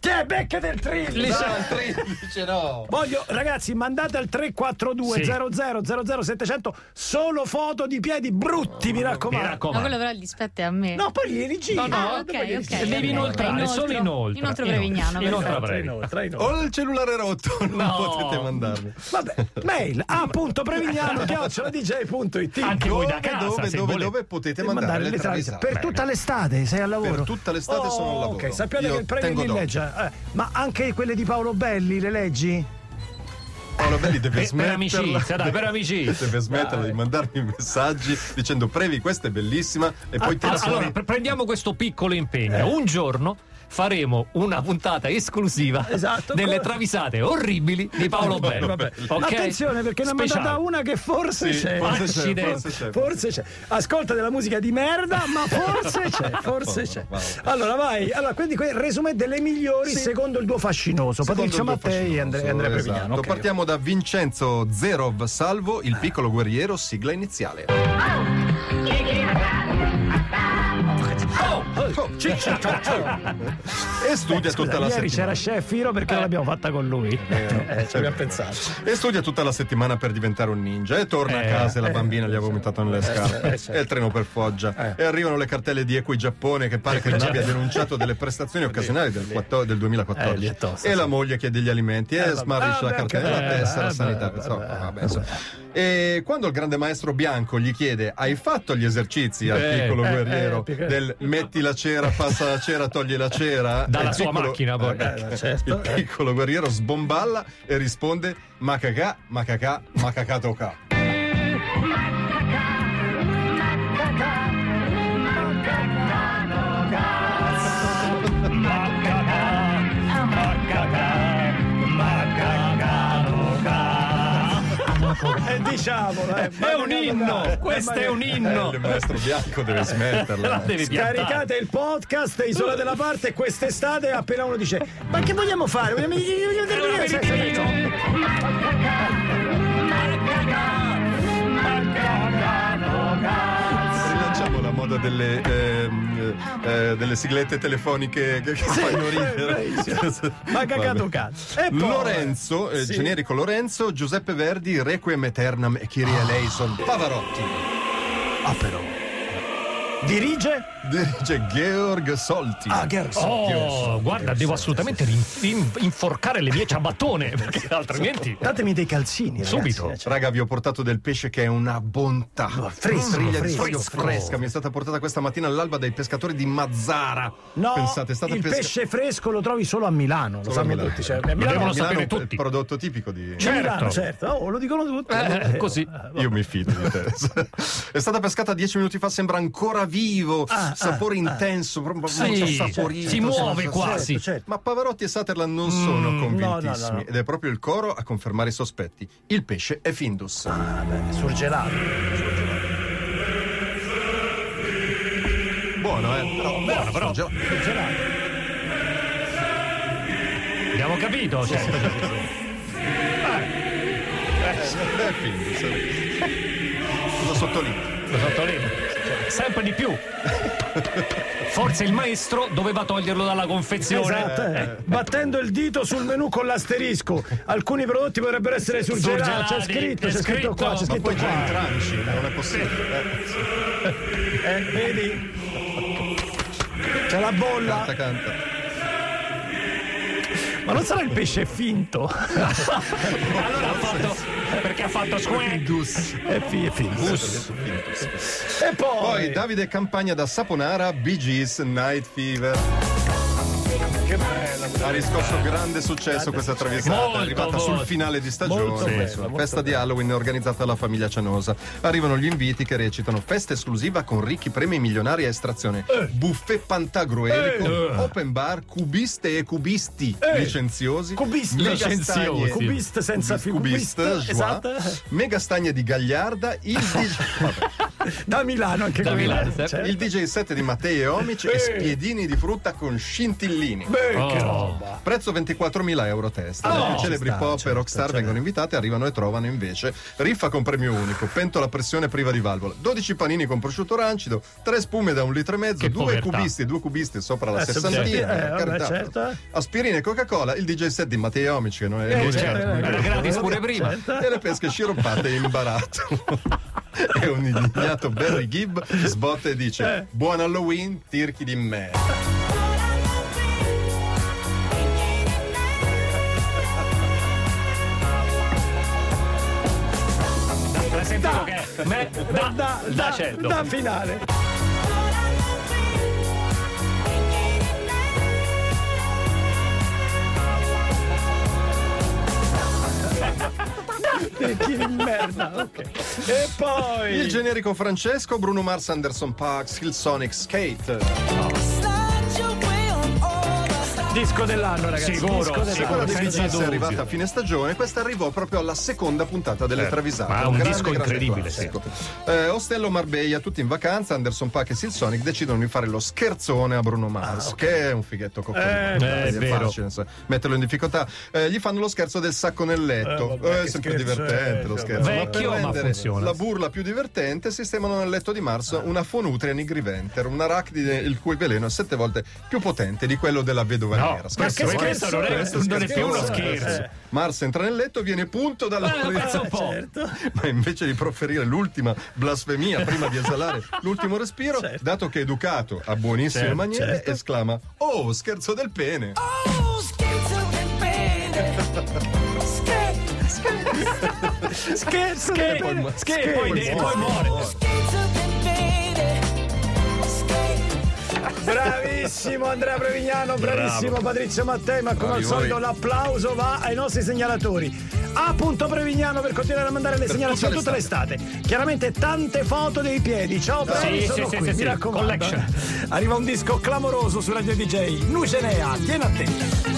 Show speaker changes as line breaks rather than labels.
Te becca del trilli!
No, il 13 no.
Voglio, ragazzi, mandate al 342
Sì.
00 700 solo foto di piedi brutti, mi
Mi
raccomando.
raccomando.
Ma quello però il dispetto è a me.
No, poi li rigiri.
No, no,
Ah,
dopo
ok,
li
ok.
rigiri.
Devi
ok.
inoltrare,
Inoltro-
solo inoltre.
inoltre Prevignano,
Inoltre
perfetto.
Tra i
Prevignano.
noi, tra i noi.
Ho il cellulare rotto, non
No.
potete mandarmi.
Oh, Vabbè, mail a.prevignano.it
Anche voi da
Dove,
casa,
dove,
se
dove,
volete.
dove potete mandare, le travisate?
per tutta l'estate sei al lavoro.
Per tutta l'estate sono al
Oh,
lavoro.
Ok, sappiate
Io
che il premio
tengo
di
d'occhio.
legge, eh, ma anche quelle di Paolo Belli le leggi?
Paolo Belli deve
Per- per
smetterla.
amicizia, dai, per amicizia.
Deve smetterla
Dai.
di mandarmi messaggi dicendo Previ, questa è bellissima e poi te la
Allora,
fuori.
pre- prendiamo questo piccolo
Eh.
impegno. Un giorno faremo una puntata esclusiva
Esatto.
delle
Come-
travisate orribili di Paolo Bello.
Vabbè.
Ok?
Attenzione perché ne ha mandata
Speciale.
una che forse
Sì,
c'è.
forse c'è,
Accidenti.
forse c'è,
Forse c'è. Ascolta della musica di merda, ma forse c'è, forse c'è.
Povero Paolo.
Allora vai, allora quindi que- resume delle migliori secondo il duo fascinoso.
Secondo
Patrizio
il mio
Mattei e
fascinoso,
diciamo Andre- Andrea
esatto.
Prevignano. ok.
Partiamo da Vincenzo Zerov Salvo, il piccolo guerriero, sigla iniziale.
Oh, ciccia, ciao, ciao.
E studia
Eh, Scusa,
tutta la
ieri
settimana.
c'era Sceffiro perché non l'abbiamo fatta con lui. Eh, ci abbiamo pensato.
Certo. E studia tutta la settimana per diventare un ninja. E torna
Eh,
a casa e la bambina gli ha vomitato nelle scarpe.
eh, certo. Eh.
E il treno per Foggia. E arrivano le cartelle di Equi Giappone che pare che non abbia denunciato delle prestazioni occasionali del, quattor- del
Eh, lì
2014.
è tosta,
e
sì.
la moglie chiede gli alimenti e
vabbè.
smarrisce
Ah,
la
beh,
cartella
anche
la
bella,
tessera
eh,
sanitaria.
beh,
So,
beh,
vabbè,
beh.
insomma. E quando il grande maestro bianco gli chiede: Hai fatto gli esercizi al
Eh,
piccolo
eh, eh,
guerriero
perché-
del metti la cera, passa la cera, togli la cera?
Dalla
E il
sua
piccolo-
macchina, poi.
Eh,
Eh, certo.
il piccolo guerriero sbomballa e risponde Macaca, macaca, macaca toca.
E diciamolo, eh,
È un inno,
magari-
questo è un inno.
Eh, Il maestro bianco deve
La
smetterla.
devi piantare.
Scaricate il podcast Isola della Parte quest'estate appena uno dice ma che vogliamo fare? Vogliamo, vogliamo
È un
vogliamo- sai, sai,
aperitivo.
sai,
Rilanciamo la moda delle, ehm, eh, eh, delle siglette telefoniche che, che fanno ridere.
bravissimo. Ma cagato cazzo. E poi-
Lorenzo, eh,
Sì.
generico Lorenzo, Giuseppe Verdi, Requiem Eternam e Kyrie Eleison. Pavarotti.
Ah, però. Dirige?
Dirige Georg Solti.
Ah, Gerson.
Oh, guarda, devo assolutamente rin- in- inforcare le mie ciabattone perché altrimenti.
Datemi dei calzini. ragazzi.
Subito.
Eh, cioè,
Raga, vi ho portato del pesce che è una bontà. Mm,
fresco,
Briglia di
fresco,
olio fresca. Mi è stata portata questa mattina all'alba dai pescatori di Mazzara.
No,
Pensate, è stata
il
pesca-
pesce fresco lo trovi solo a Milano, lo
Solo a
sanno
Milano.
tutti. Cioè, a
Lo
Milano,
devono
Milano
sapere
è
tutti.
Il prodotto tipico di.
Certo.
Milano, certo. Oh, lo dicono tutti.
Eh,
Eh,
così.
Io mi fido di te. è stata pescata dieci minuti fa, sembra ancora vivo,
Ah, ah,
sapore
ah.
intenso, proprio molto
Sì,
saporito.
si muove quasi.
Certo, certo.
Ma Pavarotti e Sutherland non sono convintissimi
Mm, no, no, no.
ed è proprio il coro a confermare i sospetti. Il pesce è Findus.
Vabbè, surgelato.
Buono, eh? Però,
Buono, però.
Già-
Abbiamo capito, cioè.
Eh, quindi, se- Lo sottolineo.
Lo sottolineo. Sempre di più. Forse il maestro doveva toglierlo dalla confezione.
Esatto, eh.
ecco.
battendo il dito sul menu con l'asterisco. Alcuni prodotti potrebbero essere surgelati. C'è
Surgelati,
scritto,
è
c'è scritto
scritto,
qua, c'è
ma
Ma
scritto
poi già in
qua.
tranci, non è possibile. Eh,
Eh, vedi? C'è la bolla.
canta, canta.
Ma non sarà il pesce finto?
Allora ha fatto. Perché ha fatto square.
Findus.
È, fi- è finto. E poi,
Poi Davide Campagna da Saponara, Bee Gees, Night Fever. Ha riscosso grande successo questa traversata,
Molto,
è arrivata
molto.
sul finale di stagione.
Molto bello,
insomma,
molto
festa di Halloween organizzata alla famiglia Cianosa. Arrivano gli inviti che recitano festa esclusiva con ricchi premi milionari a estrazione, buffet pantagruelico, open bar, cubiste e cubisti
Eh.
licenziosi,
Cubisti.
megastaglie-
Cubist senza fi-
cubist,
cubist,
joie,
esatto.
mega stagna di Gagliarda, il DJ... Vabbè.
da Milano anche
Da
quello.
Milano,
Certo.
sempre.
Il DJ 7 di Matteo Omici
Eh.
e spiedini di frutta con scintillini.
Beh, che
Oh.
roba.
Prezzo 24.000 euro testa.
Ah,
Le
no,
celebri
ci sta,
pop e
certo,
rockstar
certo.
vengono invitate, arrivano e trovano invece riffa con premio unico, pentola a pressione priva di valvola, 12 panini con prosciutto rancido, 3 spume da un litro e mezzo,
Che
2
povertà.
cubisti e 2 cubisti sopra la
Eh, sì, eh,
sessantina. per
vabbè,
carità.
certo.
Aspirine e Coca-Cola, il DJ set di Matteo Omici che non è lui,
Eh, certo,
certo.
eh,
era gratis pure prima.
e le pesche sciroppate in baratto. e un indignato Barry Gibb sbotta e dice:
Eh.
Buon Halloween, tirchi di me.
La sentivo che è me, da, da, certo. cello.
da finale. Che Eh, chi di merda, ok. E poi
Il generico Francesco, Bruno Mars, Anderson Parks, Hillsonic Skate.
disco dell'anno, ragazzi.
Sicuro,
disco dell'anno.
sicuro.
Cioè, Quella di
senza
Bee Gees è
dubbio.
arrivata a fine stagione, questa arrivò proprio alla seconda puntata delle travisate.
Certo. ma è un
grande,
disco
grande
incredibile,
classico. Eh, Ostello Marbella, tutti in vacanza, Anderson Paak e Silsonic decidono di fare lo scherzone a
Ah,
Bruno Mars, che è un fighetto coccolino.
Eh,
Dai,
è vero.
facile, insomma, metterlo in difficoltà. Eh, gli fanno lo scherzo del sacco nel letto.
Eh, vabbè,
Eh,
che
sempre
scherzo
divertente
è,
lo
vabbè.
scherzo.
cioè, Vecchio, ma
per rendere
funziona.
La burla più divertente, sistemano nel letto di
Ah.
Mars una fonutria nigriventer, un arachnide il cui veleno è sette volte più potente di quello della vedova
No,
nera.
ma che
Scherzo,
scherzo, non è,
questo
non è più uno
scherzo, eh.
scherzo.
Mars entra nel letto e viene punto dalla
Eh, pensa un po'.
Certo.
Ma invece di proferire l'ultima blasfemia prima di esalare l'ultimo respiro,
Certo.
dato che è educato a buonissime
Certo,
maniere,
certo.
esclama: Oh, scherzo del pene!
Scherzo,
Che,
del-
poi, che poi, de- poi muore.
Bravissimo Andrea Prevignano, bravissimo Patrizio Mattei, ma come
Bravi
al solito
voi.
l'applauso va ai nostri segnalatori. A. Prevignano per continuare a mandare le
Per
segnalazioni
tutta
tutta l'estate. Chiaramente tante foto dei piedi. Ciao Previ,
Sì,
sono
sì,
qui,
sì,
mi
sì,
raccomando.
collection.
Arriva un disco clamoroso su Radio DJ, Nucenea, tieni attenta.